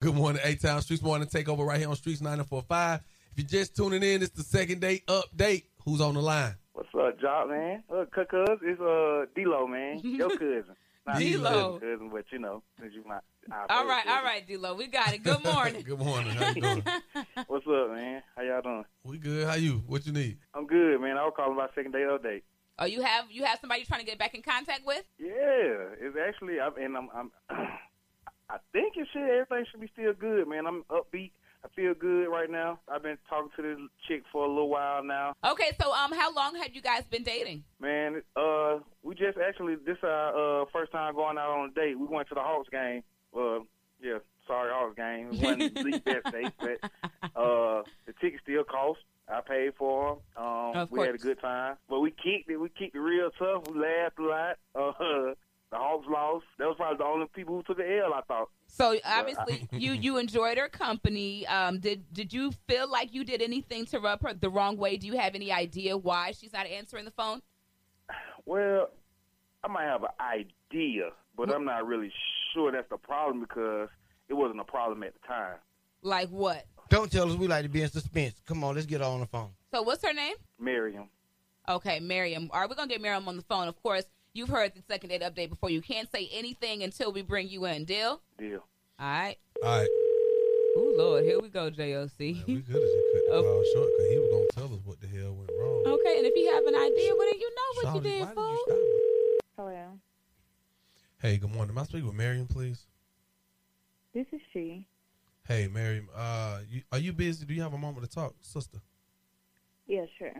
Good morning, A Town Streets Morning Takeover right here on Streets 945. If you're just tuning in, it's the second day update. Who's on the line? What's up, Jock, man? Uh, c- cuz, it's uh, D-Lo, man. Your cousin. Not D-Lo. your cousin, but you know, since you my. our All first right, all cousin. right, D-Lo. We got it. Good morning. Good morning. How you doing? What's up, man? How y'all doing? we good. How you? What you need? I'm good, man. I was calling my second day update. oh, you have you have somebody you're trying to get back in contact with? Yeah, it's actually, I'm, and I'm, I'm, I think it should, everything should be still good, man. I'm upbeat. I feel good right now. I've been talking to this chick for a little while now. Okay, so um, how long have you guys been dating? Man, uh, we just actually this our uh, first time going out on a date. We went to the Hawks game. Uh, yeah, sorry Hawks game. It wasn't the best date, but uh, the tickets still cost. I paid for 'em. Um, Of we had a course. good time, but we kicked it. We kicked it real tough. We laughed a lot. Uh, the Hawks lost. That was probably the only people who took an L. I thought. So obviously you you enjoyed her company. Um, did did you feel like you did anything to rub her the wrong way? Do you have any idea why she's not answering the phone? Well, I might have an idea, but I'm not really sure that's the problem because it wasn't a problem at the time. Like what? Don't tell us we like to be in suspense. Come on, let's get her on the phone. So what's her name? Miriam. Okay, Miriam. All right, we're gonna get Miriam on the phone. Of course, you've heard the second date update before. You can't say anything until we bring you in. Deal? Deal. All right. All right. Oh Lord, here we go, Man, JOC. we could have just cut the Oh. call short because he was going to tell us what the hell went wrong. Okay, and if you have an idea, well then you know what Shawty, why you did, did you fool. stop me? Hello, Hey, good morning. Am I speaking with Marion, please? this is she. Hey, Marion, uh, you, are you busy? Do you have a moment to talk, sister? Yeah, sure.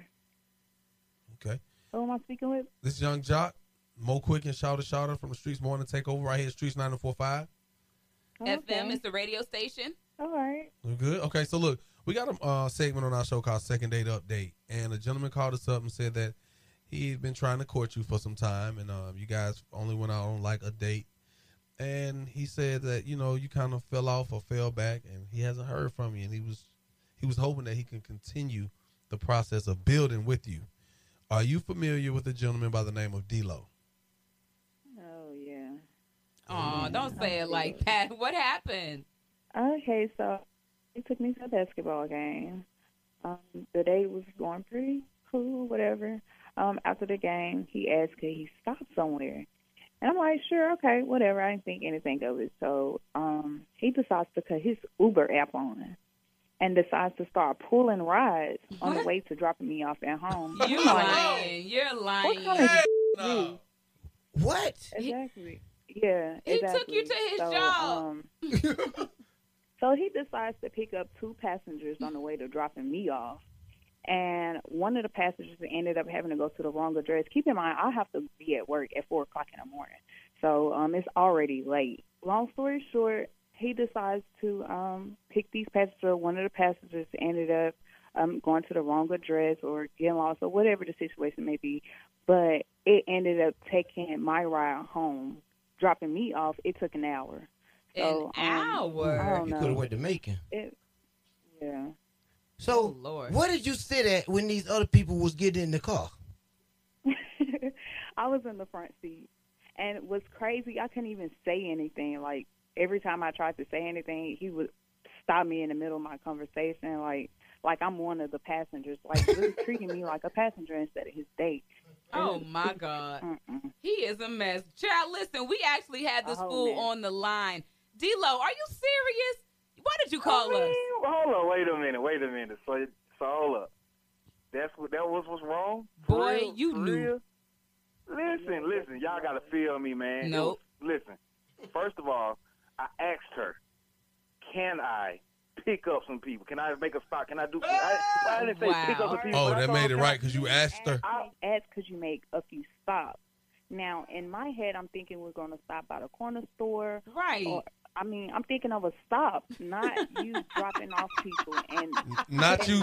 Okay. Who am I speaking with? This is Young Jock, Mo Quick and Shouter Shouter from the Streets Morning Takeover right here at Streets 945. Oh, FM okay. is the radio station. All right. We're good. Okay, so look, we got a uh, segment on our show called Second Date Update, and a gentleman called us up and said that he's been trying to court you for some time, and um, you guys only went out on like a date, and he said that you know you kind of fell off or fell back, and he hasn't heard from you, and he was he was hoping that he can continue the process of building with you. Are you familiar with a gentleman by the name of D'Lo? Oh yeah. Oh, don't say it like that. What happened? Okay, so he took me to a basketball game. Um, the day was going pretty cool, whatever. Um, after the game, he asked could he stop somewhere, and I'm like, sure, okay, whatever. I didn't think anything of it. So um, he decides to cut his Uber app on. And decides to start pulling rides on the What? way to dropping me off at home. You I'm like, lying. You're lying. What kind of No. What? He- Exactly. yeah. He took you exactly. to his so, job. Um, so he decides to pick up two passengers on the way to dropping me off. And one of the passengers ended up having to go to the wrong address. Keep in mind, I have to be at work at 4 o'clock in the morning. So um, it's already late. Long story short, he decides to um, pick these passengers. One of the passengers ended up um, going to the wrong address or getting lost or whatever the situation may be. But it ended up taking my ride home, dropping me off. It took an hour. So, An um, Oh, I hour. Oh, don't you could have know. went to Macon. It, yeah. So, Lord. where did you sit at when these other people was getting in the car? I was in the front seat. And it was crazy. I couldn't even say anything. Like every time I tried to say anything, he would stop me in the middle of my conversation. Like like I'm one of the passengers. Like really treating me like a passenger instead of his date. Oh my God. Mm-mm. He is a mess. Child, listen, we actually had this Oh, fool man. on on the line. D Lo, are you serious? Why did you I call mean, us? Oh, Hold on, wait a minute, wait a minute. So, so hold up. That's what that was. What's wrong? For Boy, real? you For knew. real? Listen, listen. Y'all gotta feel me, man. It Nope. was- Listen. First of all, I asked her, "Can I pick up some people? Can I make a stop? Can I do?" I, I didn't say pick up Wow. some people. Oh, but I that told made it her, right because you asked her. I asked, could you make a few stops? Now, in my head, I'm thinking we're going to stop by the corner store. Right. Or, I mean, I'm thinking of a stop, not you dropping off people and Not you,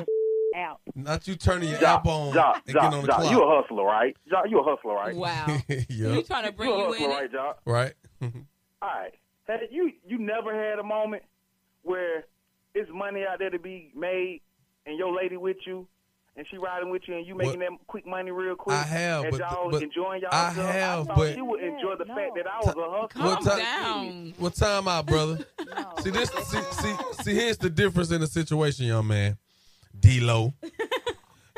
out. not you turning your Jock, app on Jock, and getting Jock, on the Jock, clock. You a hustler, right? Jock, you a hustler, right? Wow. You yep. trying to bring a you hustler, in? right, Jock? Right. All right. Hey, you you never had a moment where it's money out there to be made and your lady with you and she riding with you and you making that quick money real quick. I have, and but- y'all but enjoying y'all I stuff. have, I thought but- she would enjoy the Yeah, fact no. that I was a hustler. Well, Calm ti- down. Well, time out, brother. No. See this. See, see, see. Here's the difference in the situation, young man. D-Lo.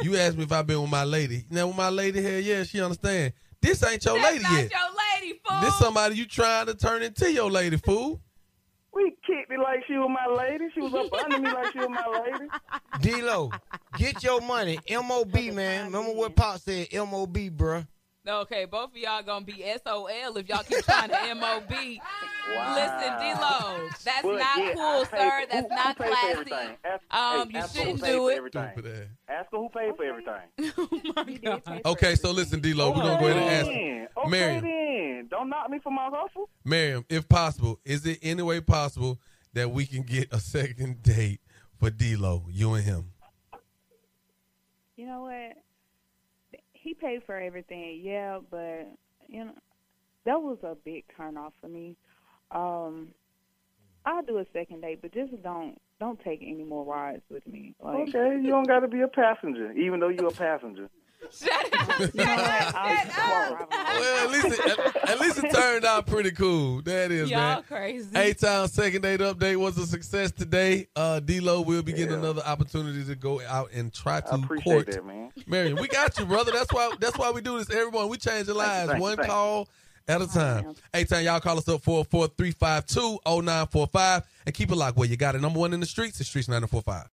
you asked me if I've been with my lady. Now, with my lady, hell yeah, she understand. This ain't your That's lady not yet. your lady, fool. This somebody you trying to turn into your lady, fool. We kicked it like she was my lady. She was up under me like she was my lady. D-Lo, get your money. M.O.B., man. Remember what Pop said, M.O.B., bruh. Okay, both of y'all gonna be SOL if y'all keep trying to MOB. Listen, D-Lo, that's But, not yeah, I cool, pay sir. for- That's who- not who paid for classy. everything? Ask- Um, hey, you ask her shouldn't who paid do for it. everything. Stupid ass. Ask her who paid for everything. Oh my You did pay god. for Okay, it. so listen, D-Lo, we're Oh, gonna go ahead and ask then. Okay, Miriam. then. Don't knock me for my hustle. Miriam, if possible, is it any way possible that we can get a second date for D-Lo, you and him? You know what? He paid for everything, yeah, but you know that was a big turnoff for me. Um I'll do a second date, but just don't don't take any more rides with me. Oh, Like Okay, you don't got to be a passenger, even though you're a passenger. Shut up. Shut you know up. what? I'll Shut just walk up. around with you. Well, at least it, at, at least it turned out pretty cool. That is, Y'all man. crazy. A Town second date update was a success today. Uh, D Lo will be getting Yeah. another opportunity to go out and try I to appreciate court that, man. Marion. We got you, brother. That's why that's why we do this. Everyone, we change your lives Thank you, thank you, one thank you. call at a time. man. A Town, y'all call us up oh 443 352 0945 and keep it locked where you got it. Number one in the streets, the streets 945.